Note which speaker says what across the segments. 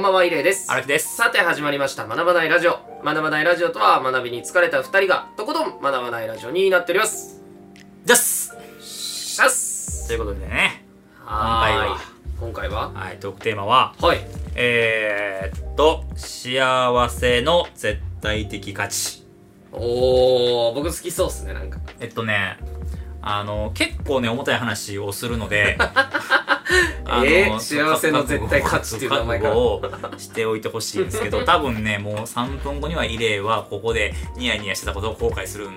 Speaker 1: ばんは、イレイです。
Speaker 2: 荒木です
Speaker 1: さて、始まりました、学ばないラジオ。学ばないラジオとは、学びに疲れた二人が、とことん学ばないラジオになっております。
Speaker 2: じゃっす
Speaker 1: シャッス
Speaker 2: ということでね、
Speaker 1: はーい。今回は
Speaker 2: はい、トークテーマは、
Speaker 1: はい。
Speaker 2: えー、っと、幸せの絶対的価値。
Speaker 1: おー、僕好きそうっすね、なんか。
Speaker 2: えっとね、あの、結構ね、重たい話をするの で、
Speaker 1: えー幸せの絶対価値っていう名前から
Speaker 2: 覚悟をしておいてほしいんです けど、多分ね、もう3分後にはイレイはここでニヤニヤしてたことを後悔するん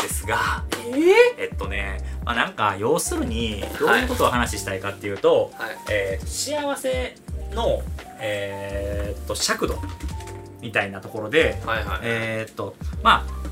Speaker 2: ですが、
Speaker 1: えー、
Speaker 2: えっとね、まあ、なんか要するにどういうことを話したいかっていうと、
Speaker 1: はい。
Speaker 2: えー幸せの、えーっと尺度みたいなところで、
Speaker 1: はいはい。
Speaker 2: えーっとまあ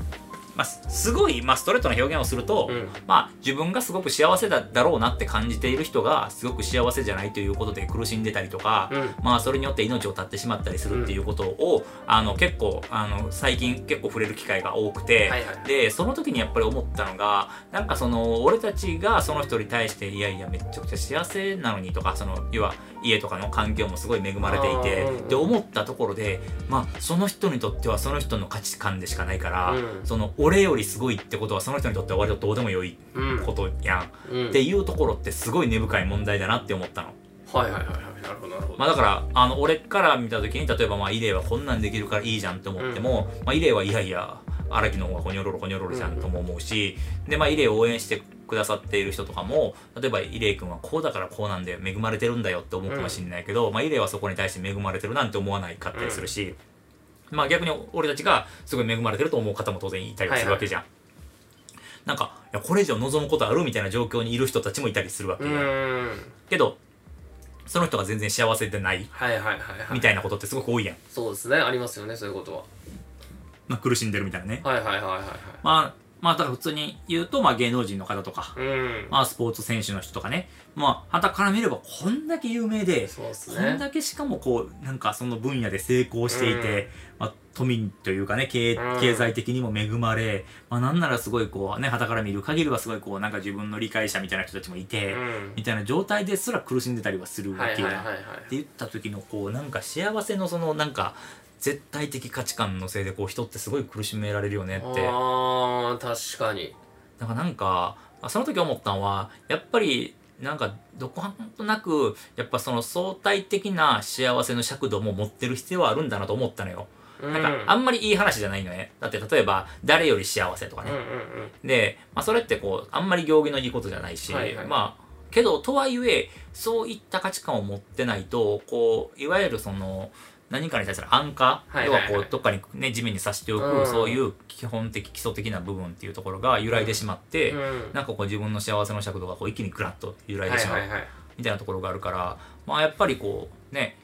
Speaker 2: まあ、すすごい、まあ、ストレートな表現をすると、
Speaker 1: うん
Speaker 2: まあ、自分がすごく幸せだだろうなって感じている人がすごく幸せじゃないということで苦しんでたりとか、
Speaker 1: うん。
Speaker 2: まあ、それによって命を絶ってしまったりするっていうことを、あの結構あの最近結構触れる機会が多くて、
Speaker 1: はいはい
Speaker 2: でその時にやっぱり思ったのがなんかその俺たちがその人に対していやいやめっちゃくちゃ幸せなのにとかその要は家とかの環境もすごい恵まれていて
Speaker 1: あーうんうん
Speaker 2: って思ったところで、まあ、その人にとってはその人の価値観でしかないから、
Speaker 1: うん
Speaker 2: その俺よりすごいってことはその人にとっては割とどうでもよい
Speaker 1: うん。
Speaker 2: ことやん、
Speaker 1: うん。
Speaker 2: っていうところってすごい根深い問題だなって思ったの。
Speaker 1: はいはいはいはい。なるほど、なるほど。
Speaker 2: まあ、だからあの俺から見た時に例えばまあイレイはこんなんできるからいいじゃんって思っても、まあ、イレイはいやいや荒木の方がほにょろろほにょろろじゃんとも思うし、でまあイレイを応援してくださっている人とかも例えばイレイ君はこうだからこうなんで恵まれてるんだよって思うかもしれないけど、まあ、イレイはそこに対して恵まれてるなんて思わないかったりするし、まあ逆に俺たちがすごい恵まれてると思う方も当然いたりするわけじゃん。なんかいやこれ以上望むことあるみたいな状況にいる人たちもいたりするわけ
Speaker 1: う
Speaker 2: よ、
Speaker 1: ーん。
Speaker 2: けどその人が全然幸せでない
Speaker 1: はいはいはいは
Speaker 2: み
Speaker 1: い。
Speaker 2: たいなことってすごく多いやん。
Speaker 1: そうですね、ありますよね、そういうことは。
Speaker 2: まあ、苦しんでるみたいなね。
Speaker 1: はいはいはいはいはい。
Speaker 2: まあ、まあ、だから普通に言うと、まあ、芸能人の方とか、
Speaker 1: うん。
Speaker 2: まあ、スポーツ選手の人とかね。まあ、はたから見れば、こんだけ有名で、
Speaker 1: そうです
Speaker 2: こん
Speaker 1: ね。
Speaker 2: だけしかもこう、なんかその分野で成功していて、まあ、都民というかね、経営
Speaker 1: うん
Speaker 2: 経済的にも恵まれ、まあ、なんならすごいこう、ね、はたから見る限りはすごいこう、なんか自分の理解者みたいな人たちもいて、
Speaker 1: うん。
Speaker 2: みたいな状態ですら苦しんでたりはするわ
Speaker 1: はいはい
Speaker 2: けや
Speaker 1: はい
Speaker 2: ん。
Speaker 1: はい。
Speaker 2: って言った時のこうなんか幸せのそのなんか絶対的価値観のせいでこう人ってすごい苦しめられるよねって
Speaker 1: あー、確かに。
Speaker 2: なんかなんかあその時思ったのはやっぱりなんかどこかとなくやっぱその相対的な幸せの尺度も持ってる必要はあるんだなと思ったのよ。
Speaker 1: うん。
Speaker 2: なんかあんまりいい話じゃないのね。だって例えば誰より幸せとか
Speaker 1: うん
Speaker 2: ね
Speaker 1: うん。うん。
Speaker 2: で、まあ、それってこうあんまり行儀のいいことじゃないし、
Speaker 1: はいはい
Speaker 2: まあけどとはいえそういった価値観を持ってないとこういわゆるその何かに対する安価、
Speaker 1: はいはいはい
Speaker 2: 要はこうどっかに、ね、地面に刺しておく、
Speaker 1: うん
Speaker 2: そういう基本的基礎的な部分っていうところが揺らいでしまって、
Speaker 1: うん
Speaker 2: なんかこう自分の幸せの尺度がこう一気にグラッと揺
Speaker 1: は
Speaker 2: ら
Speaker 1: いいは
Speaker 2: でしまう
Speaker 1: いはい。
Speaker 2: みたいなところがあるから、まあやっぱりこうね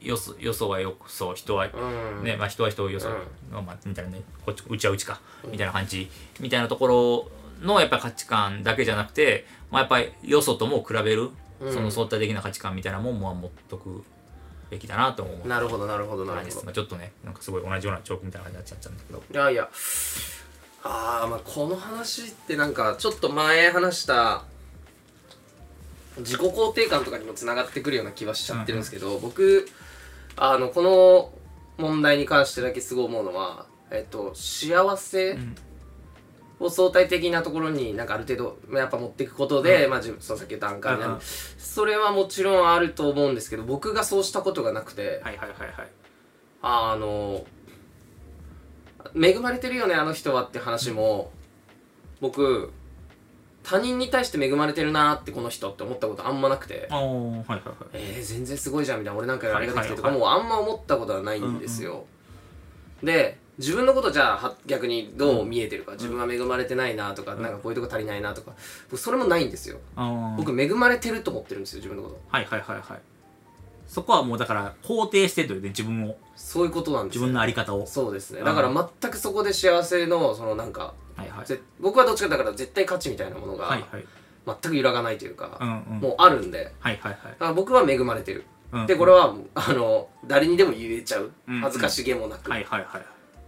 Speaker 2: よそよそはよそう人は
Speaker 1: うん。
Speaker 2: ねまあ、人は人をよそ、
Speaker 1: う
Speaker 2: まあ、みたいなねこっちうちはうちか
Speaker 1: うん
Speaker 2: みたいな感じみたいなところのやっぱ価値観だけじゃなくて、まあ、やっぱりよそとも比べる、
Speaker 1: うん
Speaker 2: その相対的な価値観みたいなもんもまあ持っとくべきだなと思う
Speaker 1: なるほどなるほどな
Speaker 2: 感
Speaker 1: る
Speaker 2: じで
Speaker 1: ほど。
Speaker 2: す、まあ、ちょっとねなんかすごい同じようなチョークみたいな感じになっちゃったんだけど
Speaker 1: いやいや。あー、まあこの話ってなんか、ちょっと前話した、自己肯定感とかにもつながってくるような気はしちゃってるんですけど、僕、あの、この問題に関してだけすごい思うのは、えっと、幸せ、
Speaker 2: うん
Speaker 1: を相対的なところになんかある程度まあやっぱ持っていくことで、まあ自分そのさっき言ったアンカーみたいな
Speaker 2: うんうん
Speaker 1: それはもちろんあると思うんですけど僕がそうしたことがなくて、
Speaker 2: いはいはいはい
Speaker 1: あの恵まれてるよねあの人はって話も僕他人に対して恵まれてるなーってこの人って思ったことあんまなくて
Speaker 2: ああはいはいはい
Speaker 1: えー、全然すごいじゃんみたいな俺なんかよりあれができてとか
Speaker 2: はい
Speaker 1: もうあんま思ったことはないんですよ、で自分のことじゃあは逆にどう見えてるか、自分は恵まれてないなとか、なんかこういうとこ足りないなとか僕それもないんですよ
Speaker 2: あ僕
Speaker 1: 僕恵まれてると思ってるんですよ自分のこと
Speaker 2: はいはいはいはいそこはもうだから肯定してるというね自分を
Speaker 1: そういうことなんです
Speaker 2: 自
Speaker 1: よ
Speaker 2: 分の在り方を
Speaker 1: そうですねだから全くそこで幸せのそのなんか
Speaker 2: はいはい
Speaker 1: ぜ僕はどっちかだから絶対価値みたいなもの
Speaker 2: はい
Speaker 1: が
Speaker 2: はい
Speaker 1: 全く揺らがないというか、
Speaker 2: うんうん
Speaker 1: もうあるんで
Speaker 2: はいはい
Speaker 1: だから僕は恵まれてる、
Speaker 2: はい
Speaker 1: でこ
Speaker 2: れ
Speaker 1: れはあの誰にでも言えちゃう
Speaker 2: うんうん
Speaker 1: 恥ずかしげもなく、
Speaker 2: はいはいはい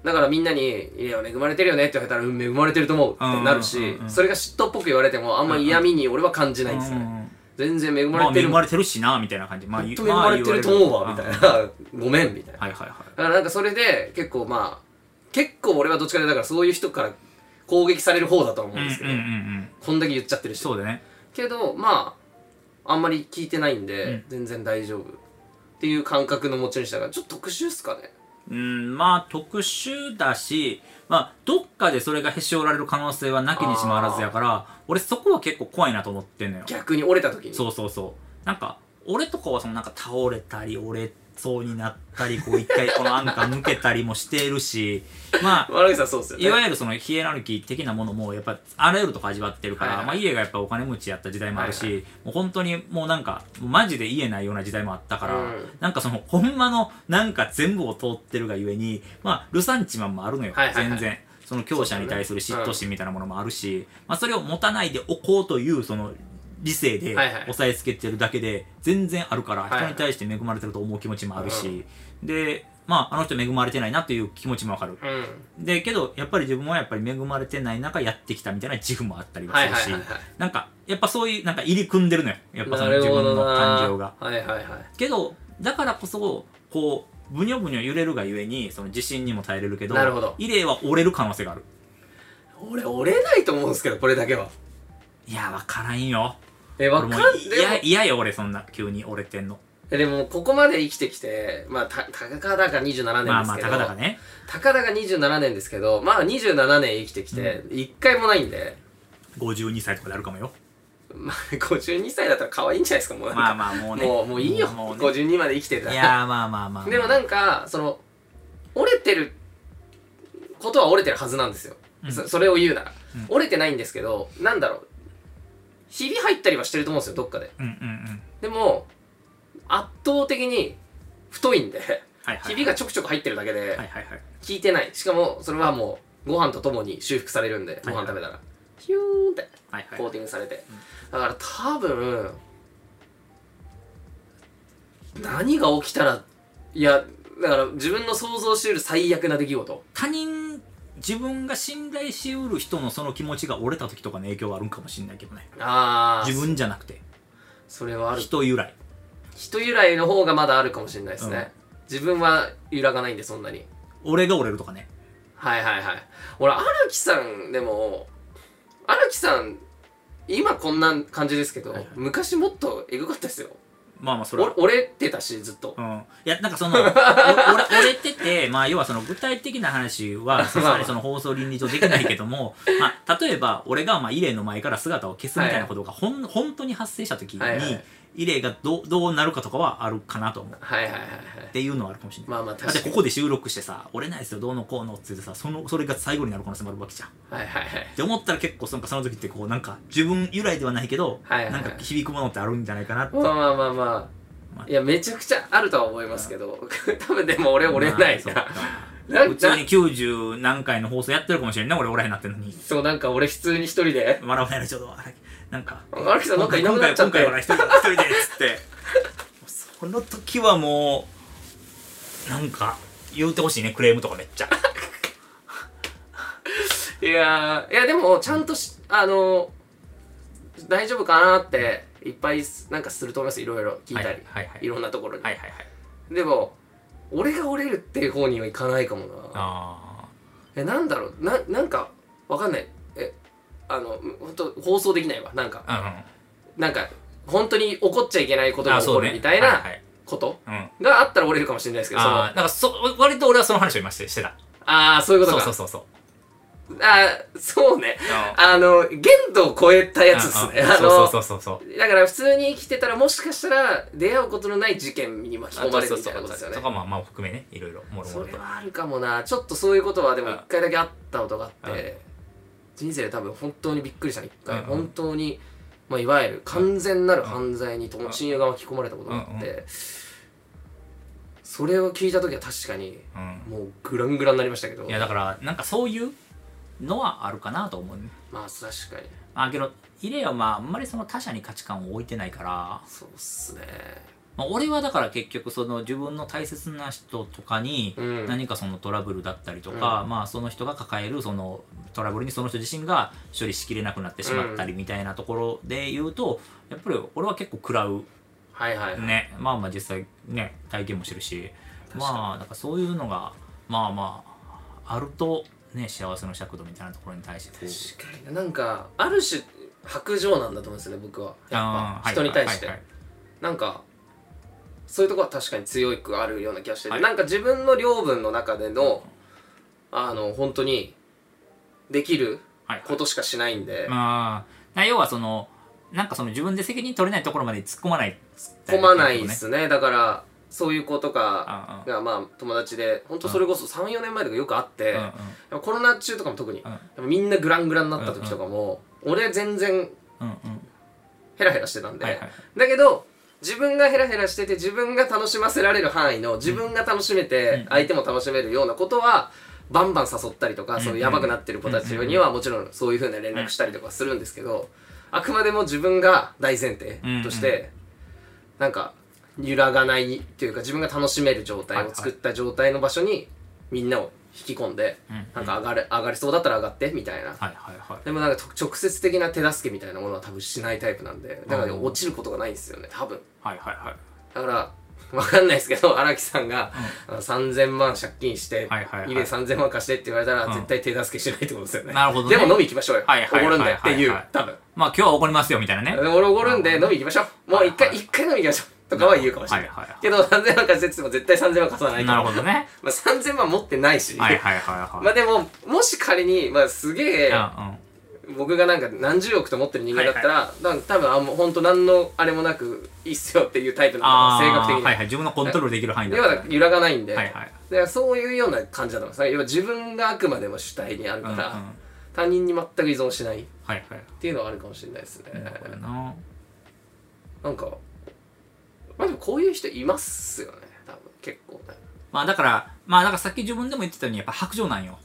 Speaker 1: だからみんなに「いや恵まれてるよね」って言われたら「うん恵まれてると思う」ってなる
Speaker 2: うんうん
Speaker 1: し
Speaker 2: うんうん
Speaker 1: それが嫉妬っぽく言われてもあんま嫌味に俺は感じないんです
Speaker 2: うんう
Speaker 1: ね
Speaker 2: んうん
Speaker 1: 全然恵ま
Speaker 2: ま
Speaker 1: れ
Speaker 2: あ
Speaker 1: て
Speaker 2: 恵
Speaker 1: る、
Speaker 2: まれてるしなみたいな感じまあ
Speaker 1: ほん
Speaker 2: 言
Speaker 1: と
Speaker 2: う
Speaker 1: 恵まれてると思うわ
Speaker 2: まあ
Speaker 1: みた
Speaker 2: 言
Speaker 1: い
Speaker 2: われる
Speaker 1: な ごめんみたいな
Speaker 2: うんはいはいはい
Speaker 1: だからなんかそれで結構まあ結構俺はどっちかというとだからそういう人から攻撃される方だとは思うんですけ
Speaker 2: うん
Speaker 1: ど、
Speaker 2: うんうんうん
Speaker 1: こんだけ言っちゃってる人
Speaker 2: そうだね
Speaker 1: けどまああんまり聞いてないんで、
Speaker 2: うん
Speaker 1: 全然大丈夫っていう感覚の持ち主だからちょっと特殊っすかね
Speaker 2: うんまあ特殊だしまあどっかでそれがへし折られる可能性はなきにしもあらずやから俺そこは結構怖いなと思ってんのよ
Speaker 1: 逆に折れた時に
Speaker 2: そうそうそうなんか俺とかはそのなんか倒れたり折れそうになったりこう一回このアンカー抜けたりもしているしまあ
Speaker 1: 悪口さんそうっすよね
Speaker 2: いわゆるそのヒエラルキー的なものもやっぱあらゆるとこ味わってるか
Speaker 1: は
Speaker 2: ら、
Speaker 1: いはい
Speaker 2: まあ家がやっぱお金持ちやった時代もあるし、
Speaker 1: はい
Speaker 2: もう本当にもうなんかマジで言えないような時代もあったから、
Speaker 1: うん
Speaker 2: なんかそのほんまのなんか全部を通ってるがゆえにまあルサンチマンもあるのよ、
Speaker 1: はいはいはい
Speaker 2: 全然。その強者に対する嫉妬心みたいなものもあるし、まあそれを持たないでおこうというその理性で
Speaker 1: はいはい
Speaker 2: 押さえつけてるだけで全然あるから、
Speaker 1: いはい
Speaker 2: 人に対して恵まれてると思う気持ちもあるし、で、まああの人恵まれてないなという気持ちもわかる。
Speaker 1: うん
Speaker 2: でけどやっぱり自分はやっぱり恵まれてない中やってきたみたいな自負もあったりは
Speaker 1: は
Speaker 2: す
Speaker 1: い
Speaker 2: る
Speaker 1: はい
Speaker 2: し、
Speaker 1: はいはい
Speaker 2: なんかやっぱそういうなんか入り組んでるのよやっぱそ
Speaker 1: な
Speaker 2: の
Speaker 1: る
Speaker 2: 自
Speaker 1: ほ
Speaker 2: 分
Speaker 1: ど
Speaker 2: の
Speaker 1: な
Speaker 2: 感情が
Speaker 1: はいはいはい
Speaker 2: けどだからこそこうブニョブニョ揺れるがゆえにその地震にも耐えれるけど
Speaker 1: なるほど
Speaker 2: 異例は折れる可能性がある
Speaker 1: 俺折れないと思うんですけどこれだけはい
Speaker 2: やわからんよ
Speaker 1: えわかん
Speaker 2: 俺
Speaker 1: で
Speaker 2: も
Speaker 1: も
Speaker 2: いいやいやよ俺そんな急に折れてんの
Speaker 1: えでもここまで生きてきてまあたたかだか27
Speaker 2: ま
Speaker 1: 年で
Speaker 2: あますあ
Speaker 1: けど
Speaker 2: たかだかね
Speaker 1: たかだか27年ですけどまあ27年生きてきて一回もないんで、
Speaker 2: 52歳とかであるかもよ
Speaker 1: まあ52歳だったら可愛いんじゃないですかもうなんか
Speaker 2: まあまあもうね
Speaker 1: もうもういいよ
Speaker 2: もうね
Speaker 1: 52まで生きてた
Speaker 2: い
Speaker 1: ら
Speaker 2: やーまあまあまあ、まあ、
Speaker 1: でもなんかその折れてることは折れてるはずなんですよ、
Speaker 2: うん
Speaker 1: そそれを言うなら、
Speaker 2: うん
Speaker 1: 折れてないんですけどなんだろうひび入ったりはしてると思うんですよどっかで
Speaker 2: うんうんうん
Speaker 1: でも圧倒的に太いんで
Speaker 2: はいはい
Speaker 1: ひびがちょくちょく入ってるだけで
Speaker 2: はいはいはい
Speaker 1: 効いてないしかもそれはもうご飯とともに修復されるんでご
Speaker 2: はい
Speaker 1: 飯食べたらヒューンって
Speaker 2: はいはい
Speaker 1: コーティングされて、だから多分何が起きたらいやだから自分の想像しうる最悪な出来事
Speaker 2: 他人自分が信頼しうる人のその気持ちが折れた時とかの影響はあるんかもしれないけどね
Speaker 1: ああ
Speaker 2: 自分じゃなくて
Speaker 1: それはある
Speaker 2: 人由来
Speaker 1: 人由来の方がまだあるかもしれないですね、自分は揺らがないんでそんなに
Speaker 2: 俺が折れるとかね
Speaker 1: はいはいはい俺荒木さんでも荒木さん今こんな感じですけど、
Speaker 2: はいはい
Speaker 1: 昔もっとエグかったですよ
Speaker 2: まあまあそれは
Speaker 1: お折れてたしずっと、
Speaker 2: うん、いやなんか そのお俺折れてて、まあ、要はその具体的な話 はさすがにその放送倫理上できないけども、まあ、例えば俺がまあイレイの前から姿を消すみたいなことがほん、本当に発生した時に、
Speaker 1: はいはい
Speaker 2: イレイがどうどうなるかとかはあるかなと思う
Speaker 1: はいはいはいはい
Speaker 2: っていうのはあるかもしれない、
Speaker 1: まあまあ
Speaker 2: だっ
Speaker 1: 確
Speaker 2: て
Speaker 1: か
Speaker 2: こ
Speaker 1: に
Speaker 2: こで収録してさ折れないですよどうのこうのって言ってさそのそれが最後になる可能性もあるわけじゃん
Speaker 1: はいはいはい
Speaker 2: って思ったら結構そのその時ってこうなんか自分由来ではないけど、
Speaker 1: はいはいは
Speaker 2: ないんか響くものってあるんじゃないかなって、
Speaker 1: まあまあまあま
Speaker 2: まあ
Speaker 1: あいやめちゃくちゃあるとは思いますけど 多分でも俺折れない
Speaker 2: まあ
Speaker 1: な
Speaker 2: そ
Speaker 1: な
Speaker 2: うか普
Speaker 1: ん
Speaker 2: 通
Speaker 1: か
Speaker 2: に90何回の放送やってるかもしれんな俺俺になってるのに
Speaker 1: そうなんか俺普通に一人で
Speaker 2: 笑わないでちょうど笑いなんか
Speaker 1: 荒木さんなんかいな
Speaker 2: 今
Speaker 1: くな
Speaker 2: 回
Speaker 1: っちゃ
Speaker 2: 今
Speaker 1: って
Speaker 2: 回は一人で一人でっつってその時はもうなんか言うてほしいねクレームとかめっ ちゃ
Speaker 1: いやーいやでもちゃんとしあの大丈夫かなっていっぱいなんかすると思いますいろいろ聞いたり、
Speaker 2: はいいはいはい
Speaker 1: ろんなところに、
Speaker 2: はいはいはい
Speaker 1: でも俺が折れるっていう方にはいかないかもな
Speaker 2: あ
Speaker 1: えなんだろうななんかわかんないえあの本当放送できないわなんか
Speaker 2: あうんうん
Speaker 1: なんか本当に怒っちゃいけないことが
Speaker 2: あ
Speaker 1: 起
Speaker 2: そ
Speaker 1: こ
Speaker 2: うね
Speaker 1: るみたい
Speaker 2: は
Speaker 1: ない
Speaker 2: はい
Speaker 1: こと
Speaker 2: うん
Speaker 1: があったら折れるかもしれないですけどその
Speaker 2: あ
Speaker 1: あ
Speaker 2: ーなんかそ割と俺はその話を今してしてた
Speaker 1: あーそういうこと
Speaker 2: そう
Speaker 1: か
Speaker 2: そうそうそう
Speaker 1: あーそうね
Speaker 2: あ
Speaker 1: あの限度を超えたやつですねあ
Speaker 2: そう
Speaker 1: の
Speaker 2: そうそうそうそう
Speaker 1: だから普通に生きてたらもしかしたら出会うことのない事件に巻き
Speaker 2: そ
Speaker 1: 込
Speaker 2: うそ
Speaker 1: ま
Speaker 2: う
Speaker 1: れ
Speaker 2: そ
Speaker 1: る
Speaker 2: う
Speaker 1: みたいなことです
Speaker 2: そ
Speaker 1: よ
Speaker 2: う
Speaker 1: ね
Speaker 2: とかまあまあ含めねいろいろもろも
Speaker 1: そ
Speaker 2: ろ
Speaker 1: れ
Speaker 2: と
Speaker 1: はあるかもなちょっとそういうことはでも
Speaker 2: うん
Speaker 1: 一回だけあったことがあっ
Speaker 2: う
Speaker 1: て人生で多分本当にびっくりしたの一回
Speaker 2: うんうん
Speaker 1: 本当にまあいわゆる完全なる犯罪に
Speaker 2: う
Speaker 1: 友
Speaker 2: ん
Speaker 1: 親友が巻き込まれたことがあっ
Speaker 2: う
Speaker 1: てそれを聞いた時は確かに
Speaker 2: うん
Speaker 1: もうグラングラになりましたけど
Speaker 2: いやだからなんかそういうのはあるかなと思うね
Speaker 1: まあ確かに
Speaker 2: まあけどイレイはまああんまりその他者に価値観を置いてないから
Speaker 1: そうっすね
Speaker 2: まあ、俺はだから結局その自分の大切な人とかに
Speaker 1: うん
Speaker 2: 何かそのトラブルだったりとか、まあその人が抱えるそのトラブルにその人自身が処理しきれなくなってしまったりみたいなところで言うと、やっぱり俺は結構食らう
Speaker 1: はいはい、
Speaker 2: ねまあまあ実際ね体験もしてるし
Speaker 1: 確かに
Speaker 2: まあなんかそういうのがまあまああるとね幸せの尺度みたいなところに対してこう
Speaker 1: 確かにななんかある種白状なんだと思うんですよね僕はやっ
Speaker 2: あー
Speaker 1: ぱ人に対して、
Speaker 2: はいはい
Speaker 1: なんかそういうところは確かに強くあるような気がしてて、
Speaker 2: はい
Speaker 1: なんか自分の領分の中での、あの本当にできる
Speaker 2: はいはい
Speaker 1: ことしかしないんで、
Speaker 2: まあ、要はその、なんかその自分で責任取れないところまで突っ込まない。
Speaker 1: 込まないですねだからそういう子と
Speaker 2: あ
Speaker 1: か
Speaker 2: あ
Speaker 1: がまあ友達で本当それこそ34年前とかよくあって、
Speaker 2: うんうん
Speaker 1: コロナ中とかも特に、
Speaker 2: うん
Speaker 1: やっぱみんなグラングランになった時とかも、俺全然
Speaker 2: うんうん。
Speaker 1: ヘラヘラしてたんで、
Speaker 2: はいはい
Speaker 1: だけど自分がヘラヘラしてて自分が楽しませられる範囲の自分が楽しめ
Speaker 2: う
Speaker 1: て
Speaker 2: ん
Speaker 1: 相手も楽しめるようなことはバンバン誘ったりとか、
Speaker 2: ん
Speaker 1: そういうヤバくなってる子たちにはもちろんそういう風な連絡したりとかするんですけど、あくまでも自分が大前提として、なんか揺らがないというか自分が楽しめる状態を作った状態の場所にみんなを引き込んで、
Speaker 2: うん
Speaker 1: なんか上がれ上がりそうだったら上がってみたいな、
Speaker 2: はいはいはい。
Speaker 1: でもなんかと直接的な手助けみたいなものは多分しないタイプなんでだからね
Speaker 2: うん
Speaker 1: 落ちることがないんですよね多分
Speaker 2: はいはいはい。
Speaker 1: だから 分かんないですけど荒木さんが、あの3000万借金して
Speaker 2: はいはいはい
Speaker 1: 家で3000万貸してって言われたら
Speaker 2: うん
Speaker 1: 絶対手助けしないってことですよね
Speaker 2: なるほどね
Speaker 1: でも飲み行きましょうよお
Speaker 2: はいはいはい
Speaker 1: ごるんだよっていう
Speaker 2: はいはい
Speaker 1: 多分
Speaker 2: まあ今日は怒りますよみたいなね。
Speaker 1: 俺おごるんで飲み行きましょうもう一
Speaker 2: は
Speaker 1: 回
Speaker 2: い
Speaker 1: 一回飲み行きましょうとかは言うかもしれない
Speaker 2: はいはいはい
Speaker 1: けど3000万貸してって言っても絶対3000万貸さないか
Speaker 2: な
Speaker 1: ら
Speaker 2: るほ どね。
Speaker 1: まあ3000万持ってないし
Speaker 2: はいはいはいはい。
Speaker 1: まあでももし仮にまあすげえ
Speaker 2: うんうん
Speaker 1: 僕がなんか何十億と思ってる人間だったら、なんか多分あもう本当何のあれもなくいいっすよっていうタイプな
Speaker 2: あ
Speaker 1: ん
Speaker 2: あ、
Speaker 1: だ性格的に、
Speaker 2: はいはい。自分のコントロールできる範囲だ
Speaker 1: 要
Speaker 2: った
Speaker 1: は
Speaker 2: ら
Speaker 1: だから揺らがないんで、
Speaker 2: はいはい
Speaker 1: だからそういうような感じだと思います要は自分があくまでも主体にある
Speaker 2: うん
Speaker 1: か
Speaker 2: うん。
Speaker 1: ら、
Speaker 2: は
Speaker 1: 他人に全く依存しないっ
Speaker 2: いはい。
Speaker 1: ていうのはあるかもしれないですね、
Speaker 2: なるほどな。
Speaker 1: なんかまあでもこういう人いますよね多分結構ね
Speaker 2: まあだから、まあだからさっき自分でも言ってたようにやっぱ白状なんよ。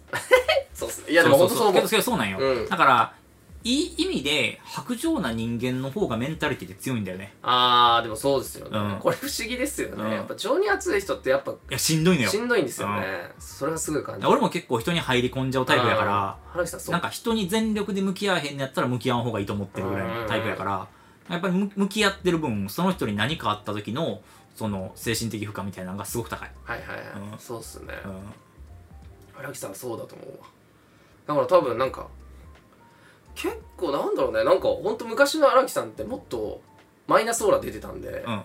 Speaker 1: そうっすねいやでも本当そう思
Speaker 2: け
Speaker 1: う
Speaker 2: どけどそうなんよ。
Speaker 1: うん
Speaker 2: だから、いい意味で白状な人間の方がメンタリティって強いんだよね。
Speaker 1: ああでもそうですよね、
Speaker 2: うん
Speaker 1: これ不思議ですよね、
Speaker 2: うん
Speaker 1: やっぱ情に熱い人ってやっぱ
Speaker 2: いや、しんどいのよ
Speaker 1: し。んどいんですよね、それはすごい感じる
Speaker 2: 俺も結構人に入り込んじゃうタイプやから
Speaker 1: うん原木さんそう
Speaker 2: なんか人に全力で向き合わへんのやったら向き合わん方がいいと思ってるぐらいのタイプやからやっぱりむ向き合ってる分その人に何かあった時のその精神的負荷みたいなのがすごく高い、
Speaker 1: はいはいはい、
Speaker 2: うん
Speaker 1: そうっすね、
Speaker 2: うん、
Speaker 1: 荒木さんはそうだと思うわだから多分なんか結構なんだろうねなんかほんと昔の荒木さんってもっとマイナスオーラ出てたんで、
Speaker 2: うんうん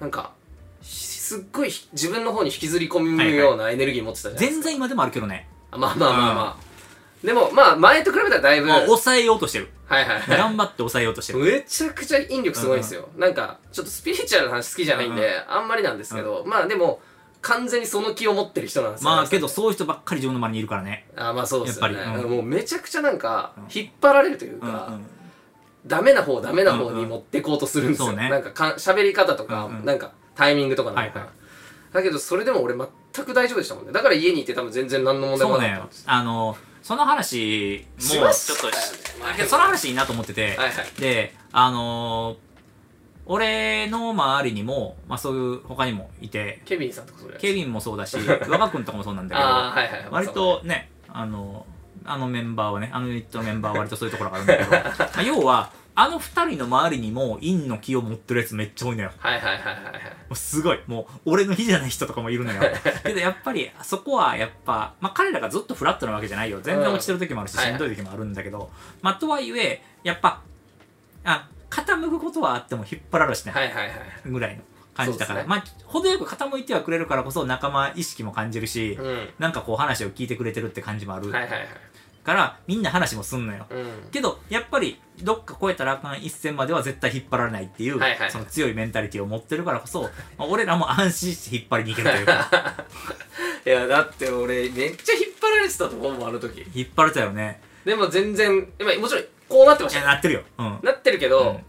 Speaker 1: なんかすっごいひ自分の方に引きずり込むようなエネルギー持ってたじゃないです
Speaker 2: 全
Speaker 1: か、
Speaker 2: 然今でもあるけどね、
Speaker 1: あまあまあまあまあ、でもまあ前と比べたらだいぶ
Speaker 2: まあ、
Speaker 1: はい
Speaker 2: 抑えようとしてる
Speaker 1: はいは
Speaker 2: 頑張って抑えようとして
Speaker 1: い
Speaker 2: る
Speaker 1: めちゃくちゃ引力すごいんですよ、なんかちょっとスピリチュアルな話好きじゃないんで、あんまりなんですけど、まあでも完全にその気を持ってる人なんですよ
Speaker 2: ま
Speaker 1: 荒
Speaker 2: あ
Speaker 1: 木さん
Speaker 2: けどそういう人ばっかり自分の周りにいるからね
Speaker 1: あまあそうですよね
Speaker 2: やっぱりうん
Speaker 1: もうめちゃくちゃなんか
Speaker 2: うん
Speaker 1: 引っ張られるという
Speaker 2: うんうん
Speaker 1: か、ダメな方ダメな方
Speaker 2: うん
Speaker 1: に
Speaker 2: うん
Speaker 1: 持ってこうとするんですよ、
Speaker 2: そうね
Speaker 1: なんかか喋り方とか、
Speaker 2: うんうん
Speaker 1: なんかタイミングとかなんか、
Speaker 2: はいは
Speaker 1: だけどそれでも俺全く大丈夫でしたもんねだから家にいて多分全然何の問題
Speaker 2: そ
Speaker 1: も
Speaker 2: う
Speaker 1: な
Speaker 2: ね
Speaker 1: かったんです
Speaker 2: あのその話も
Speaker 1: し
Speaker 2: ちょっ
Speaker 1: ま
Speaker 2: と
Speaker 1: したよね前
Speaker 2: けどその話いいなと思ってて、
Speaker 1: はいはい
Speaker 2: であのー俺の周りにも、まあ、そういう他にもいて
Speaker 1: ケビンさんとかそれ
Speaker 2: ケビンもそうだし若賀君とかもそうなん
Speaker 1: ああ
Speaker 2: だ
Speaker 1: はいはい
Speaker 2: けど割とねあのあのメンバーはねあのユニットのメンバーは割とそういうところがあるんだけどまあ要はあの二人の周りにも陰の気を持ってるやつめっちゃ多いのよ
Speaker 1: はいはいはいはいはい
Speaker 2: もうすごいもう俺の日じゃない人とかもいるのよけどやっぱりそこはやっぱ、まあ、彼らがずっとフラットなわけじゃないよ全然落ちてる時もあるし、
Speaker 1: うんはい
Speaker 2: しんどい時もあるんだけど、まあとはいえやっぱあ傾くことはあっても引っ張られるしね、
Speaker 1: はいはいはい
Speaker 2: ぐらいの感じだから、
Speaker 1: そう
Speaker 2: まあ程よく傾いてはくれるからこそ仲間意識も感じるし、
Speaker 1: うん
Speaker 2: なんかこう話を聞いてくれてるって感じもある
Speaker 1: はいはいはい
Speaker 2: からみんな話もすんのよ、
Speaker 1: うん
Speaker 2: けどやっぱりどっか超えたらあかん一線までは絶対引っ張られないっていう、
Speaker 1: はいはい
Speaker 2: その強いメンタリティーを持ってるからこそ、まあ俺らも安心して引っ張りに行けるとい うか
Speaker 1: いやだって俺めっちゃ引っ張られてたと思うもんあの時
Speaker 2: 引っ張れたよね
Speaker 1: でも全然まあもちろんこうなってま
Speaker 2: い
Speaker 1: し
Speaker 2: や
Speaker 1: た
Speaker 2: なってるようん
Speaker 1: なってるけど、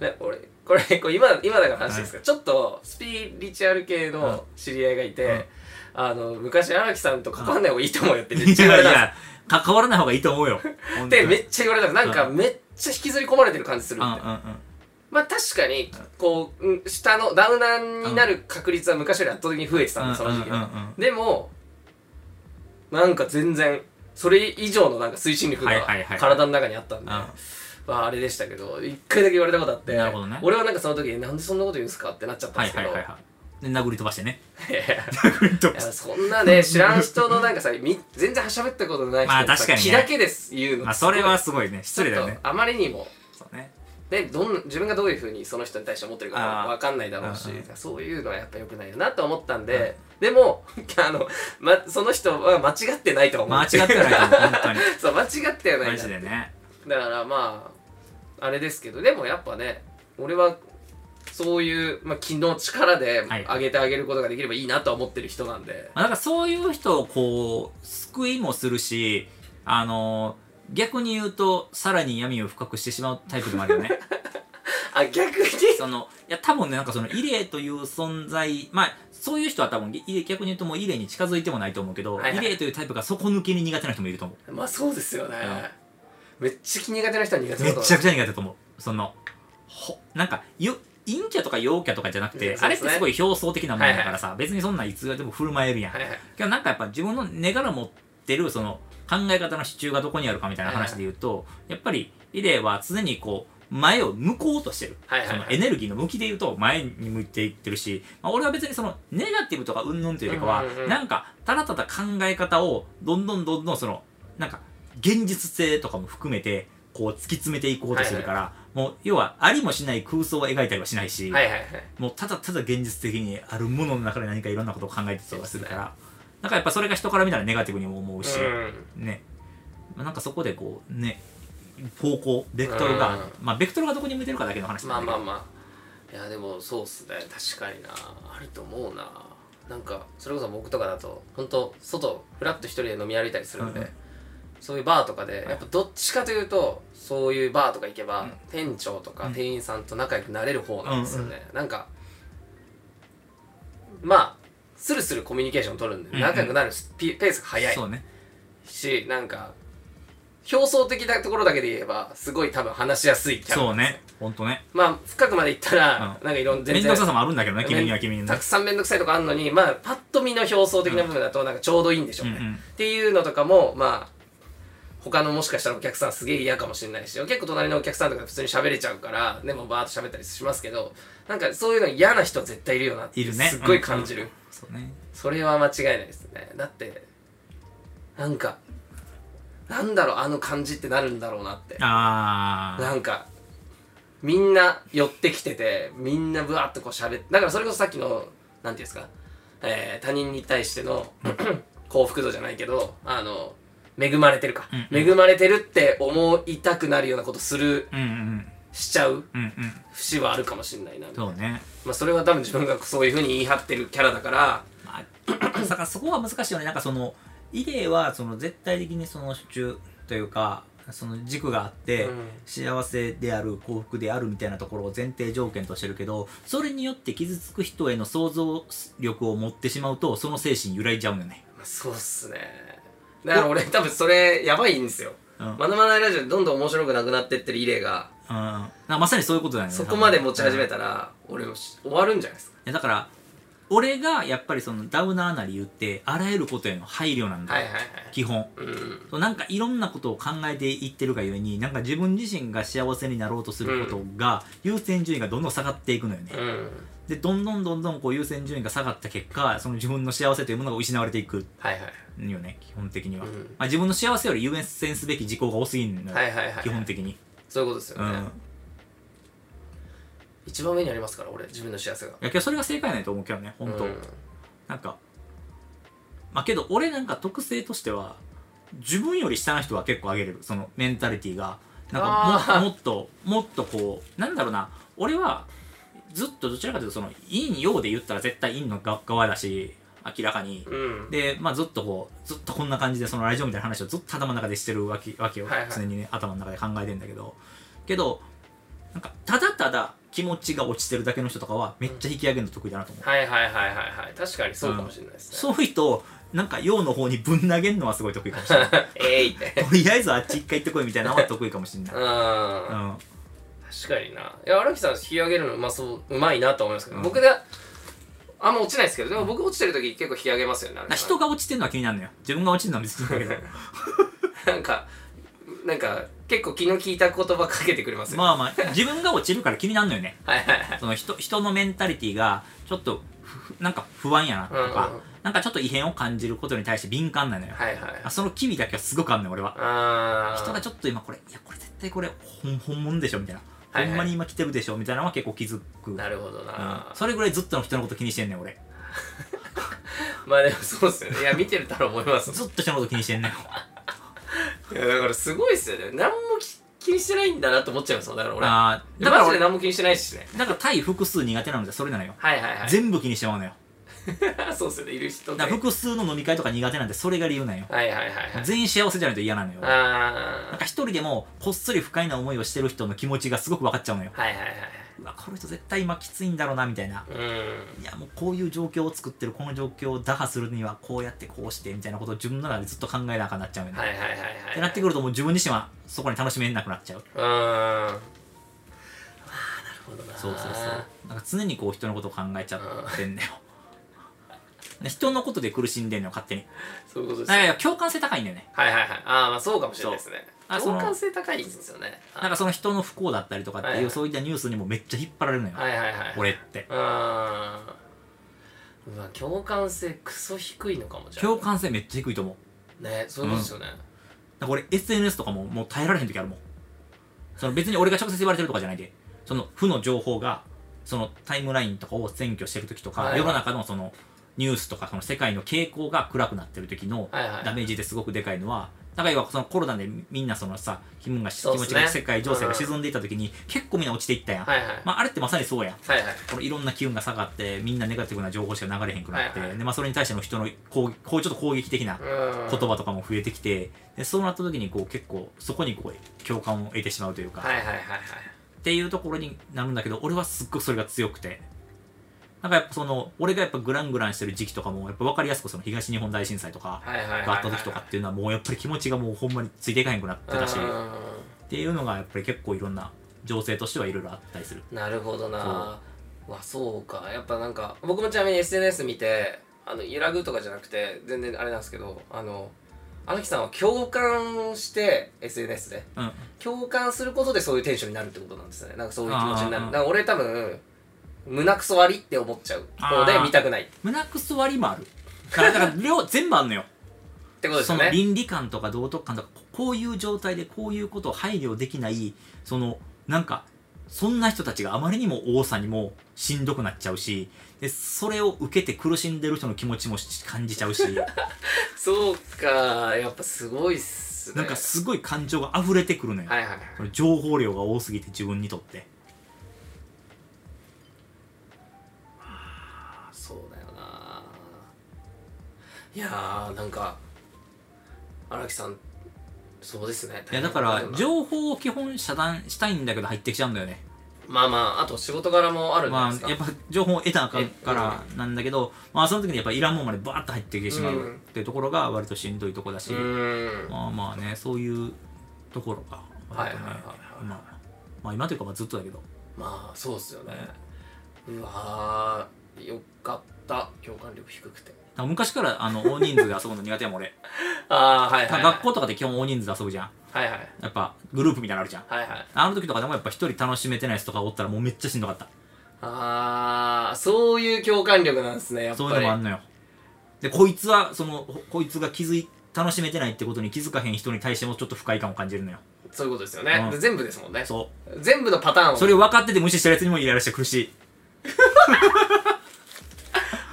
Speaker 2: うん
Speaker 1: ね、俺これこれ今今だから話ですけど、ちょっとスピリチュアル系の知り合いがいて、あの昔荒木さんと関わんない方がいいと思うよってめっ
Speaker 2: い
Speaker 1: ちゃ言わ
Speaker 2: や
Speaker 1: れ
Speaker 2: い
Speaker 1: たんで
Speaker 2: や関わらない方がいいと思うよ
Speaker 1: すでめ
Speaker 2: っち
Speaker 1: っちゃ言われたんですなんか
Speaker 2: う
Speaker 1: めっちゃ引きずり込まれてる感じする
Speaker 2: うんうん
Speaker 1: み
Speaker 2: う
Speaker 1: たい
Speaker 2: ん
Speaker 1: なまあ確かにこううん下のダウナーになる確率は昔より圧倒的に増えてたんでその時期はでもなんか全然それ以上のなんか推進力が
Speaker 2: はいはいはい
Speaker 1: 体の中にあったんで、まあ、あれでしたけど一回だけ言われたことあって
Speaker 2: なるほどね
Speaker 1: 俺はなんかその時なんでそんなこと言うんですかってなっちゃったん
Speaker 2: は
Speaker 1: で
Speaker 2: い
Speaker 1: すけ
Speaker 2: はい
Speaker 1: ど、
Speaker 2: はいはいで殴り飛ばし てね
Speaker 1: いやいや
Speaker 2: 殴り飛
Speaker 1: いやそんなね知らん人のなんかさみ全然喋ったことない人
Speaker 2: まあ
Speaker 1: さ
Speaker 2: 確かにね
Speaker 1: 気だけです言うの
Speaker 2: あそれはすごいね失礼だよ
Speaker 1: ちょ
Speaker 2: ね
Speaker 1: っとあまりにも
Speaker 2: そうね
Speaker 1: でどん自分がどういうふうにその人に対して思ってるか
Speaker 2: あー
Speaker 1: わかんないだろうし
Speaker 2: うんうん
Speaker 1: そういうのはやっぱ良くないよなと思ったんで、でもあの、ま、その人は間違ってないと思う
Speaker 2: 間違ってないと思う本当に
Speaker 1: そう間違ってはない
Speaker 2: マ
Speaker 1: な
Speaker 2: ジでね
Speaker 1: だからまああれですけどでもやっぱね俺はそういう、まあ、気の力で
Speaker 2: はい
Speaker 1: 上げてあげることができればいいなとは思ってる人なんで、
Speaker 2: まあなんかそういう人をこう救いもするしあの逆に言うとさらに闇を深くしてしまうタイプでもあるよね
Speaker 1: あ逆に
Speaker 2: そのいや多分ねなんかそのイレイという存在まあそういう人は多分イレイ逆に言うともうイレイに近づいてもないと思うけど、
Speaker 1: はいはい
Speaker 2: イレイというタイプが底抜けに苦手な人もいると思
Speaker 1: まあそうですよね、めっちゃ気苦手な人は苦手だ
Speaker 2: う
Speaker 1: と
Speaker 2: め
Speaker 1: 思う
Speaker 2: ちゃくちゃ苦手だと思うそのほなんかよ陰キャとか陽キャとかじゃなくて、
Speaker 1: うんそ
Speaker 2: あ
Speaker 1: う
Speaker 2: れ
Speaker 1: で
Speaker 2: っ
Speaker 1: す
Speaker 2: て
Speaker 1: ね
Speaker 2: すごい表層的なものだからさ、別にそんないつでも振る舞えるやん、
Speaker 1: はいはい
Speaker 2: けどなんかやっぱ自分の根から持ってるその考え方の支柱がどこにあるかみたいな話で言うと、やっぱりイレイは常にこう前を向こうとしてる、
Speaker 1: はいはいはい
Speaker 2: そのエネルギーの向きで言うと前に向いていってるし、まあ、俺は別にそのネガティブとかうんぬんというよりかは、
Speaker 1: うんうんうん
Speaker 2: なんかただただ考え方をどんどんどんどんそのなんか現実性とかも含めてこう突き詰めていこうとするから、もう要はありもしない空想を描いたりはしないし、
Speaker 1: はいはいはい
Speaker 2: もうただただ現実的にあるものの中で何かいろんなことを考えてたりはするから、なんかやっぱそれが人から見たらネガティブにも思うし、
Speaker 1: うん
Speaker 2: ね、まあなんかそこでこうね方向ベクトルが、
Speaker 1: うん
Speaker 2: まあベクトルがどこに向いてるかだけの話
Speaker 1: まあ
Speaker 2: なんだ
Speaker 1: ま
Speaker 2: け
Speaker 1: あまあ
Speaker 2: ど
Speaker 1: いやでもそうっすね確かになあると思うななんかそれこそ僕とかだと本当外フラッと一人で飲み歩いたりするんで、
Speaker 2: うんうん
Speaker 1: そういうバーとかでやっぱどっちかというとそういうバーとか行けば、
Speaker 2: うん
Speaker 1: 店長とか店員さんと仲良くなれる方なんですよね、なんかまあスルスルコミュニケーション取るん
Speaker 2: うん
Speaker 1: で
Speaker 2: うん
Speaker 1: 仲良くなるスピペースが速い
Speaker 2: そうね
Speaker 1: しなんか表層的なところだけで言えばすごい多分話しやすいキャラ
Speaker 2: そうねほんとね
Speaker 1: まあ深くまで行ったら、
Speaker 2: うん
Speaker 1: なんかいろんな
Speaker 2: 面倒くささもあるんだけどね君には君に
Speaker 1: た
Speaker 2: は
Speaker 1: くさん面倒くさいとこあるのにまあパッと見の表層的な部分だとなんかちょうどいいんでしょうね、
Speaker 2: うんうん
Speaker 1: っていうのとかもまあ他のもしかしたらお客さんすげえ嫌かもしれないし結構隣のお客さんとか普通に喋れちゃうからでもバーッと喋ったりしますけどなんかそういうの嫌な人絶対いるよなって
Speaker 2: いるね
Speaker 1: すっごい感じる、
Speaker 2: うんそうね
Speaker 1: それは間違いないですねだってなんかなんだろうあの感じってなるんだろうなって
Speaker 2: ああ
Speaker 1: なんかみんな寄ってきててみんなぶわっとこう喋ってだからそれこそさっきのなんていうんですか、えー他人に対しての 幸福度じゃないけどあの恵まれてるか、
Speaker 2: うん
Speaker 1: 恵まれてるって思いたくなるようなことする
Speaker 2: うんうん
Speaker 1: しちゃう
Speaker 2: うんうん
Speaker 1: 節はあるかもしれないな、
Speaker 2: そうね
Speaker 1: まあ、それは多分自分がそういうふうに言い張ってるキャラだから
Speaker 2: まあ、 だからそこは難しいよね。なんかその、イデーはその絶対的にその主中というか、その軸があって、
Speaker 1: うん
Speaker 2: 幸せである幸福であるみたいなところを前提条件としてるけどそれによって傷つく人への想像力を持ってしまうとその精神揺らいじゃうんよね、
Speaker 1: まあそうっすねだから俺多分それやばいんですよ
Speaker 2: うんう
Speaker 1: 「
Speaker 2: ん
Speaker 1: まだまだラジオ」でどんどん面白くなくなってってるイレが
Speaker 2: なんかまさにそういうことだよね
Speaker 1: そこまで持ち始め
Speaker 2: た
Speaker 1: たら、俺もし終わるんじゃないですか。
Speaker 2: いやだから俺がやっぱりそのダウナーな理由ってあらゆることへの配慮なんだよ、
Speaker 1: はいはいはい。
Speaker 2: 基本
Speaker 1: うん。
Speaker 2: そうなんかいろんなことを考えていってるがゆえになんか自分自身が幸せになろうとすることが、優先順位がどんどん下がっていくのよね、
Speaker 1: うん。
Speaker 2: でどんどんどんどんこう優先順位が下がった結果その自分の幸せというものが失われていく
Speaker 1: はいはい。
Speaker 2: んよね基本的には、
Speaker 1: うん
Speaker 2: まあ、自分の幸せより優先すべき事項が多すぎるのよ、
Speaker 1: はいはいはい。
Speaker 2: 基本的に、
Speaker 1: そういうことですよね。
Speaker 2: うん
Speaker 1: 一番上にありますから、俺、自分の幸せが。
Speaker 2: いやけどそれが正解ないと思うけどね本当、
Speaker 1: うん
Speaker 2: なんかまあけど俺なんか特性としては自分より下の人は結構上げれるそのメンタリティーがなんか
Speaker 1: あー
Speaker 2: ももっともっとこうなんだろうな俺はずっとどちらかというとその陰陽で言ったら絶対陰の側だし明らかに、
Speaker 1: うん。
Speaker 2: で、まあ、ずっとこう、ずっとこんな感じで、そのラジオみたいな話をずっと頭の中でしてるわけわけよ、
Speaker 1: はいはい
Speaker 2: 常にね、頭の中で考えてんだけど、けど、なんか、ただただ気持ちが落ちてるだけの人とかは、めっちゃ引き上げるの得意だなと思う。
Speaker 1: はいはいはいはいはい。確かにそうかもしれないですね。
Speaker 2: そういう人を、なんか、陽の方にぶん投げるのはすごい得意かも しれない。
Speaker 1: えいって。
Speaker 2: とりあえずあっち一回行ってこいみたいなのは得意かもしれな
Speaker 1: う
Speaker 2: い。
Speaker 1: ん。
Speaker 2: うん。
Speaker 1: 確かにないや荒木さん引き上げるのうまそううまいなと思いますけど、
Speaker 2: うん
Speaker 1: 僕があんま落ちないですけどでも僕落ちてる時結構引き上げますよね荒木さん
Speaker 2: 人が落ちてるのは気になるのよ自分が落ちるのは別にいいんだ けど
Speaker 1: なんかなんか結構気の利いた言葉かけてくれますよ、
Speaker 2: まあまあ自分が落ちるから気になるのよね
Speaker 1: はいはいはい
Speaker 2: その人人のメンタリティがちょっとふなんか不安やなとか、
Speaker 1: うんうんうん
Speaker 2: なんかちょっと異変を感じることに対して敏感なのよ、
Speaker 1: はいはい
Speaker 2: あその機微だけはすごくあんのよ俺は
Speaker 1: あ
Speaker 2: 人がちょっと今これいやこれ絶対これ本本物でしょみたいな、
Speaker 1: はいはい
Speaker 2: ほんまに今来てるでしょみたいなのは結構気づく
Speaker 1: なるほどな、
Speaker 2: うんそれぐらいずっと人のこと気にしてんねん俺
Speaker 1: まあでもそうっすよねいや見てるたら思います
Speaker 2: ずっと人のこと気にしてんねん
Speaker 1: いやだからすごいっすよね何もき気にしてないんだなと思っちゃいますもんだから俺
Speaker 2: あー
Speaker 1: だか
Speaker 2: だからら
Speaker 1: 俺
Speaker 2: 俺
Speaker 1: 何も気にしてないしね
Speaker 2: だから対複数苦手なのでそれなのよ、
Speaker 1: はいはいはい
Speaker 2: 全部気にしてまうのよ
Speaker 1: そうっすよねいる人ね
Speaker 2: だから複数の飲み会とか苦手なんでそれが理由なんよ
Speaker 1: はいはいはいはい
Speaker 2: 全員幸せじゃないと嫌なのよなん
Speaker 1: あ
Speaker 2: か一人でもこっそり不快な思いをしてる人の気持ちがすごく分かっちゃうのよ
Speaker 1: あはいはいはいう
Speaker 2: わこの人絶対今きついんだろうなみたいな
Speaker 1: うん
Speaker 2: いやもうこういう状況を作ってるこの状況を打破するにはこうやってこうしてみたいなことを自分の中でずっと考えなあかんなっちゃうよね、
Speaker 1: はいはいはい
Speaker 2: って
Speaker 1: は
Speaker 2: ないってくるともう自分自身はそこに楽しめなくなっちゃう
Speaker 1: うーんまあなるほどな
Speaker 2: そうそうそうなんか常にこう人のことを考えちゃってんだよ ね人のことで苦しんでんのよ勝手に
Speaker 1: そういうことで
Speaker 2: い
Speaker 1: すね
Speaker 2: やいや共感性高いんだよね
Speaker 1: はいはいはいああまあそうかもしれないですね
Speaker 2: そうあそ
Speaker 1: 共
Speaker 2: の
Speaker 1: 感性高いんですよね
Speaker 2: なんかその人の不幸だったりとかって
Speaker 1: はい
Speaker 2: い
Speaker 1: はいう
Speaker 2: そういったニュースにもめっちゃ引っ張られるのよ
Speaker 1: はいはいはい
Speaker 2: 俺って
Speaker 1: うーんうわ共感性クソ低いのかもじゃ
Speaker 2: 共感性めっちゃ低いと思う
Speaker 1: あねそういうことですよね、
Speaker 2: なんか俺 SNS とかももう耐えられへん時あるもんその別に俺が直接言われてるとかじゃないでその負の情報がそのタイムラインとかを占拠してる時とか、
Speaker 1: はいはい
Speaker 2: 世の中のそのニュースとかその世界の傾向が暗くなってる時の
Speaker 1: はいはい
Speaker 2: ダメージですごくでかいのは、だから要はそのコロナでみんなそのさ気分がし、
Speaker 1: そうっ
Speaker 2: 気
Speaker 1: す
Speaker 2: 持
Speaker 1: ね
Speaker 2: ちが世界情勢
Speaker 1: うん
Speaker 2: が沈んでいった時に結構みんな落ちていったやん、
Speaker 1: はいはい、
Speaker 2: まあ、あれってまさにそうやん
Speaker 1: はいはい
Speaker 2: このいろんな気運が下がってみんなネガティブな情報しか流れへんくなって、
Speaker 1: はいはい
Speaker 2: でまあ、それに対しての人のこうこうちょっと攻撃的な
Speaker 1: うーん
Speaker 2: 言葉とかも増えてきてでそうなった時にこう結構そこにこう共感を得てしまうというか、
Speaker 1: はいはいはいはい
Speaker 2: っていうところになるんだけど俺はすっごくそれが強くてなんかやっぱその俺がやっぱグラングランしてる時期とかもやっぱ分かりやすくその東日本大震災とか
Speaker 1: はいはいはいはい
Speaker 2: があった時とかっていうのはもうやっぱり気持ちがもうほんまについていかへんくなってたし
Speaker 1: う
Speaker 2: っ
Speaker 1: ーん
Speaker 2: ていうのがやっぱり結構いろんな情勢としてはいろいろあったりする
Speaker 1: なるほどなうわそうかやっぱなんか僕もちなみに SNS 見てあの揺らぐとかじゃなくて全然あれなんですけどあの荒木さんは共感して SNS で
Speaker 2: うん
Speaker 1: 共感することでそういうテンションになるってことなんですねなんかそういう気持ちになる
Speaker 2: あ
Speaker 1: な
Speaker 2: ー
Speaker 1: んか俺多分胸くそ悪いって思っちゃう方で
Speaker 2: あー
Speaker 1: 見たくないっ
Speaker 2: 胸くそ割りもあるだからだ から両全部あんのよ
Speaker 1: てことです
Speaker 2: そ
Speaker 1: よ
Speaker 2: の
Speaker 1: ね
Speaker 2: 倫理観とか道徳観とかここういう状態でこういうことを配慮できないそのなんかそんな人たちがあまりにも多さにもしんどくなっちゃうしでそれを受けて苦しんでる人の気持ちもし感じちゃうし
Speaker 1: そうかやっぱすごいっすね
Speaker 2: なんかすごい感情が溢れてくるのよ、
Speaker 1: はいはいはい
Speaker 2: その情報量が多すぎて自分にとって
Speaker 1: そうだよないやーなんか荒木さんそうですね
Speaker 2: いやだか
Speaker 1: 大
Speaker 2: ら
Speaker 1: 変だな
Speaker 2: 情報を基本遮断したいんだけど入ってきちゃうんだよね
Speaker 1: まあまああと仕事柄もあるんじゃない
Speaker 2: ま
Speaker 1: ですか、
Speaker 2: あやっぱ情報を得たあかんからなんだけど、まあその時にやっぱいらんもんまでバーッと入ってきてしまうっていうところが割としんどいとこだし、
Speaker 1: うーん
Speaker 2: まあまあねそういうところか
Speaker 1: はいはいはいはい
Speaker 2: 割とねまあまあ今というかまあずっとだけど
Speaker 1: まあそうっすよねうわーよかった共感力低くて
Speaker 2: なんか昔からあの大人数で遊ぶの苦手やもん俺
Speaker 1: ああはいはい、はい、
Speaker 2: 学校とかで基本大人数で遊ぶじゃん
Speaker 1: はいはい
Speaker 2: やっぱグループみたいなのあるじゃん
Speaker 1: はいはい
Speaker 2: あの時とかでもやっぱ一人楽しめてない人とかおったらもうめっちゃしんどかった
Speaker 1: ああそういう共感力なんですねやっぱ
Speaker 2: そう
Speaker 1: り
Speaker 2: いうのもあんのよでこいつはそのここいつが気づい楽しめてないってことに気づかへん人に対してもちょっと不快感を感じるのよ
Speaker 1: そういうことですよね、
Speaker 2: うん
Speaker 1: 全部ですもんね
Speaker 2: そ
Speaker 1: 全部のパターンを
Speaker 2: うそれを分かってて無視したやつにもイライラして苦しい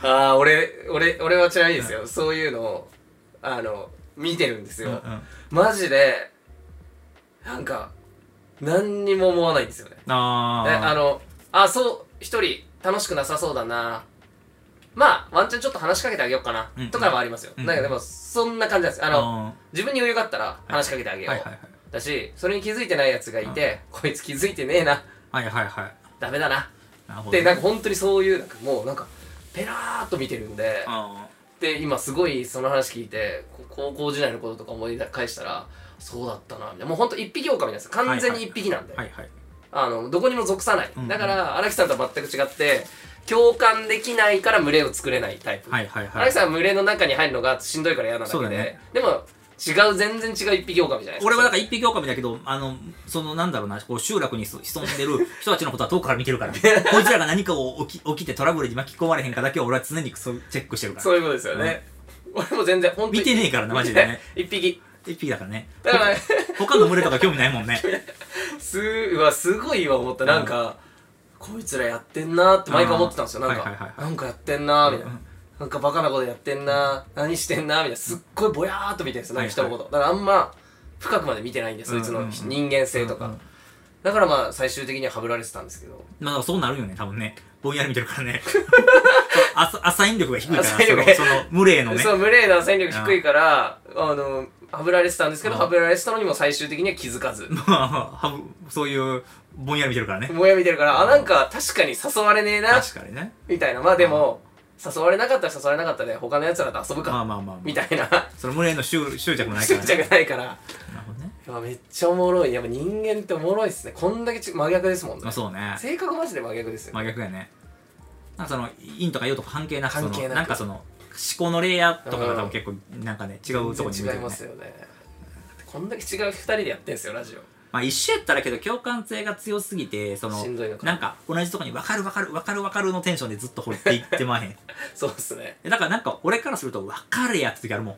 Speaker 1: ああ俺俺俺はちなみにですよ、そういうのをあの見てるんです
Speaker 2: うんう
Speaker 1: よ、
Speaker 2: ん
Speaker 1: マジでなんか何にも思わないんですよね
Speaker 2: あ
Speaker 1: えあ
Speaker 2: ー
Speaker 1: のあそう一人楽しくなさそうだなまあワンチャンちょっと話しかけてあげようかな、
Speaker 2: うん
Speaker 1: とかもありますよ、
Speaker 2: うん
Speaker 1: なんかでもそんな感じなんですあ
Speaker 2: あ
Speaker 1: の
Speaker 2: の
Speaker 1: 自分に余裕があったら話しかけてあげよう、
Speaker 2: はいはいはい
Speaker 1: だしそれに気づいてないやつがいて、こいつ気づいてねえな
Speaker 2: はいはいはい
Speaker 1: ダメだな
Speaker 2: なるほど
Speaker 1: でなんか本当にそういうなんかもうなんかペラーっと見てるんで、
Speaker 2: あー
Speaker 1: で今すごいその話聞いてこ高校時代のこととか思い返したらそうだったなみたいなもうほんと一匹狼なんですよ完全に一匹なんで、
Speaker 2: はいはい
Speaker 1: あのどこにも属さない、
Speaker 2: うん
Speaker 1: だから荒木さんとは全く違って共感できないから群れを作れないタイプ、
Speaker 2: はいはいは
Speaker 1: 荒
Speaker 2: い
Speaker 1: 木さんは群れの中に入るのがしんどいから嫌なだけ
Speaker 2: そう
Speaker 1: で
Speaker 2: だね
Speaker 1: でも違う全然違う一匹狼じゃないですか
Speaker 2: 俺はなんか一匹狼だけど、あの、そのなんだろうな、こう集落に潜んでる人たちのことは遠くから見てる から、こいつらが何かを起き起きてトラブルに巻き込まれへんかだけを俺は常にそうチェックしてるから。
Speaker 1: そういうことですよね、俺も全然本当に
Speaker 2: 見てねえからなマジでね
Speaker 1: 一匹
Speaker 2: 一匹だからね。
Speaker 1: だから
Speaker 2: 他の群れとか興味な いもんね。
Speaker 1: すうわすごい今思ったなんか、こいつらやってんなーって毎回思ってたんですよなんか、
Speaker 2: はいはいはいはい
Speaker 1: なんかやってんなーみたいな、
Speaker 2: うん
Speaker 1: なんかバカなことやってんなー何してんなーみたいなすっごいぼやーっと見てるんですよなんか人のこと、だからあんま深くまで見てないんでそいつ
Speaker 2: うん
Speaker 1: の
Speaker 2: うんうん
Speaker 1: 人間性とか、
Speaker 2: うんうん
Speaker 1: だからまあ最終的にははぶられてたんですけど
Speaker 2: まあそうなるよね、多分ね。ぼんやり見てるから ね。アサアサイン力が低いから、
Speaker 1: アサイン力ね
Speaker 2: そのその群れへのね。
Speaker 1: そう、無礼な戦力低いから、あの、はぶられてたんですけど、
Speaker 2: うん
Speaker 1: はぶられてたのにも最終的には気づかず。
Speaker 2: まあはぶ そういうぼんやり見てるからね。
Speaker 1: もや見てるから、あ、なんか確かに誘われねえな、
Speaker 2: 確かにね。
Speaker 1: みたいな。まあでも、誘われなかったら誘われなかったで、他の奴らと遊ぶ
Speaker 2: まあ
Speaker 1: か、
Speaker 2: まあまあ、ま
Speaker 1: み
Speaker 2: あ。
Speaker 1: たいな。
Speaker 2: その群れへの執執着もないか
Speaker 1: 執
Speaker 2: ら、ね。
Speaker 1: 着ないから。
Speaker 2: なるほどね。
Speaker 1: いやめっちゃおもろい。やっぱ人間っておもろいっすね。こんだけち真逆ですもんね
Speaker 2: まあ。そうね。
Speaker 1: 性格マジで真逆ですよ。
Speaker 2: 真逆やねなんかその陰とか陽とか関係なくその
Speaker 1: 関係なく
Speaker 2: んかその思考のレイヤーとかが多
Speaker 1: う
Speaker 2: 分
Speaker 1: ん
Speaker 2: 結構なんかね違うとこ
Speaker 1: 全
Speaker 2: に見て
Speaker 1: 然違
Speaker 2: る、
Speaker 1: い
Speaker 2: ね
Speaker 1: ま、すよね。こんだけ違う二人でやってんすよ、ラジオ。
Speaker 2: まあ一緒やったらけど共感性が強すぎてその
Speaker 1: しんどいのか
Speaker 2: なんか同じとこに分かる分かる分かる分かるのテンションでずっと掘っていってまへん
Speaker 1: そうっすね。
Speaker 2: だからなんか俺からすると分かれやって時あるもん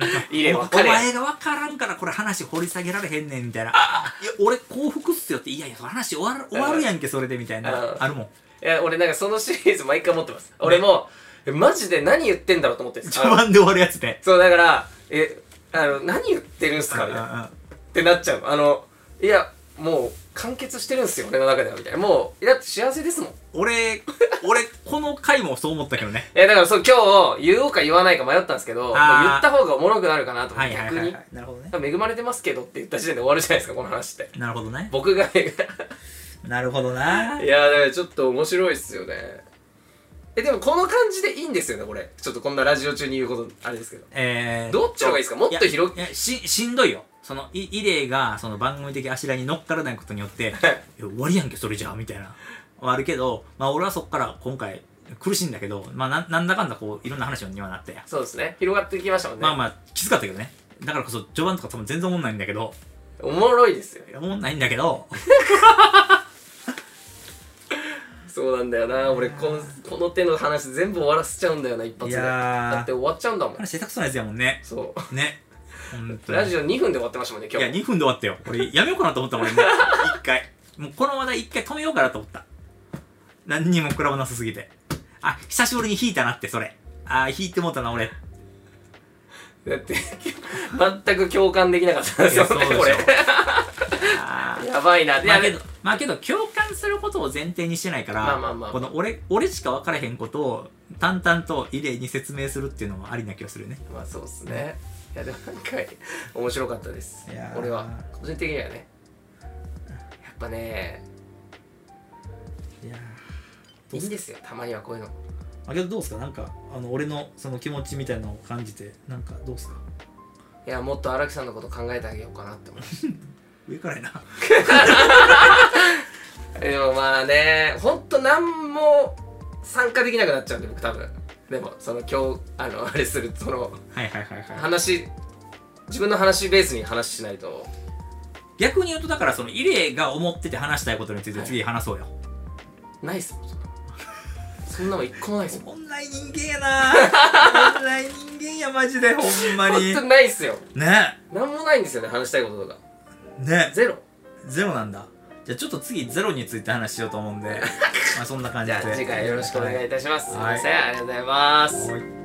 Speaker 2: なんか
Speaker 1: いいね
Speaker 2: お
Speaker 1: 分かれや
Speaker 2: お前が分からんからこれ話掘り下げられへんねんみたいな「いや俺幸福っすよ」って「いやいやその話終わる終わるやんけそれで」みたいな
Speaker 1: うん
Speaker 2: あるもん
Speaker 1: いや俺なんかそのシリーズ毎回持ってます俺も、えマジで何言ってんだろうと思ってるんです
Speaker 2: 序盤で終わるやつで
Speaker 1: そうだからえあの何言ってるんすかみ
Speaker 2: う
Speaker 1: た
Speaker 2: ん
Speaker 1: いなっ
Speaker 2: うんうん
Speaker 1: てなっちゃうあのいやもう完結してるんすよ俺の中ではみたいなもうだって幸せですもんい
Speaker 2: 俺、俺、この回もそう思ったけどね。
Speaker 1: やだからそう今日言おうか言わないか迷ったんですけどもう
Speaker 2: あー
Speaker 1: 言った方がおもろくなるかなと思っ
Speaker 2: はい
Speaker 1: て、
Speaker 2: はい
Speaker 1: 逆
Speaker 2: は
Speaker 1: に
Speaker 2: い、はい。なるほどね。
Speaker 1: 恵まれてますけどって言った時点で終わるじゃないですかこの話って
Speaker 2: なるほどね。
Speaker 1: 僕が
Speaker 2: なるほど な。
Speaker 1: いやだからちょっと面白いっすよねえでもこの感じでいいんですよねこれちょっとこんなラジオ中に言うことあれですけど
Speaker 2: えー、
Speaker 1: どっちの方がいいですかもっと広く
Speaker 2: いやいやし、しんどいよ。その、い、イレイが、その番組的あしらに乗っからないことによって、いや終わりやんけ、それじゃあ、みたいな。はあるけど、まあ俺はそっから今回苦しいんだけど、まあなんなんだかんだこう、いろんな話にはなって。
Speaker 1: そうですね広がってきましたもんね、
Speaker 2: まあまあ、きつかったけどね。だからこそ、序盤とか多分全然思んないんだけど、
Speaker 1: おもろいですよ
Speaker 2: 思んないんだけど、
Speaker 1: そうなんだよな俺このこの手の話全部終わらせちゃうんだよな一発で
Speaker 2: いやー
Speaker 1: だって終わっちゃうんだもん
Speaker 2: 話下手くそなやつやもんね。
Speaker 1: そ
Speaker 2: ね。ほん
Speaker 1: う
Speaker 2: とに
Speaker 1: ラジオ2分で終わってましたもんね今
Speaker 2: いや、
Speaker 1: 日
Speaker 2: 2分で終わったよ。俺、やめようかなと思ったもん、俺もう。一回。もう、この話題一回止めようかなと思った。何にも食らわなさすぎて。あ、久しぶりに引いたなって、それ。あ、引いてもうたな、俺。
Speaker 1: だって全く共感できなかったんですよ
Speaker 2: いやそうで
Speaker 1: ね
Speaker 2: しょ
Speaker 1: これ
Speaker 2: あー
Speaker 1: やばいないや
Speaker 2: まあけ
Speaker 1: で
Speaker 2: ど、まあけど、共感することを前提にしてないから、
Speaker 1: まあまあまあ
Speaker 2: この俺、俺しか分からへんことを、淡々と異例に説明するっていうのもありな気がするね。
Speaker 1: まあそうっすねいやでもなんか面白かったです
Speaker 2: いやー
Speaker 1: 俺は個人的にはねやっぱね
Speaker 2: いや
Speaker 1: いいんですよたまにはこういうの
Speaker 2: まあけど、どうすかなんか、あの、俺のその気持ちみたいなのを感じて、なんか、どうすか
Speaker 1: いやもっと荒木さんのこと考えてあげようかなって思う
Speaker 2: 上からやな。
Speaker 1: でもまあね、ほんと何も参加できなくなっちゃうんで、僕多分。でも、その今日、あの、あれする、その、
Speaker 2: はいはいはいはい。
Speaker 1: 話、自分の話ベースに話しないと。
Speaker 2: 逆に言うとだからそのイレイが思ってて話したいことについて次話そうよ、
Speaker 1: ないっすもん、そんなそんなもん一個もないっすもん。
Speaker 2: 本来人間や な本来人間やマジ でほんま
Speaker 1: ほ
Speaker 2: に
Speaker 1: んとないっすよ。
Speaker 2: ね
Speaker 1: 何もないんですよね、話したいこととか。
Speaker 2: ね
Speaker 1: ゼロ。
Speaker 2: ゼロなんだじゃあちょっと次ゼロについて話 しようと思うんでまあそんな感
Speaker 1: じ
Speaker 2: じで
Speaker 1: ゃあ次回よろしくお願いいたします。すい
Speaker 2: はい
Speaker 1: ません、ありがとうございます。
Speaker 2: はい